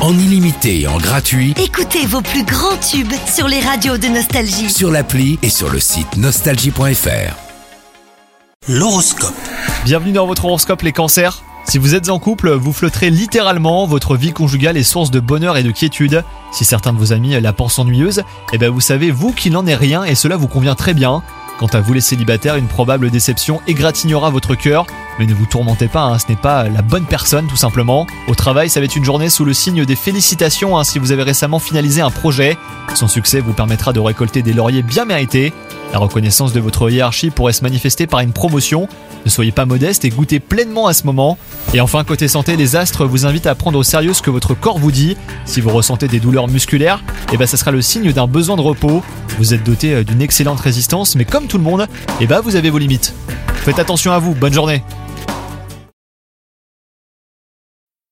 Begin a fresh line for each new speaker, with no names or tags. en illimité et en gratuit
Écoutez vos plus grands tubes sur les radios de Nostalgie.
sur l'appli et sur le site nostalgie.fr. L'horoscope.
Bienvenue dans votre horoscope les cancers. Si vous êtes en couple, vous flotterez littéralement, votre vie conjugale est source de bonheur et de quiétude. Si certains de vos amis euh, la pensent ennuyeuse, eh ben vous savez vous qu'il n'en est rien et cela vous convient très bien. Quant à vous les célibataires, une probable déception égratignera votre cœur, mais ne vous tourmentez pas, hein, ce n'est pas la bonne personne tout simplement. Au travail, ça va être une journée sous le signe des félicitations hein, si vous avez récemment finalisé un projet. Son succès vous permettra de récolter des lauriers bien mérités. La reconnaissance de votre hiérarchie pourrait se manifester par une promotion. Ne soyez pas modeste et goûtez pleinement à ce moment. Et enfin, côté santé, les astres vous invitent à prendre au sérieux ce que votre corps vous dit. Si vous ressentez des douleurs musculaires, eh ben, ça sera le signe d'un besoin de repos. Vous êtes doté euh, d'une excellente résistance, mais comme tout le monde, eh ben, vous avez vos limites. Faites attention à vous, bonne journée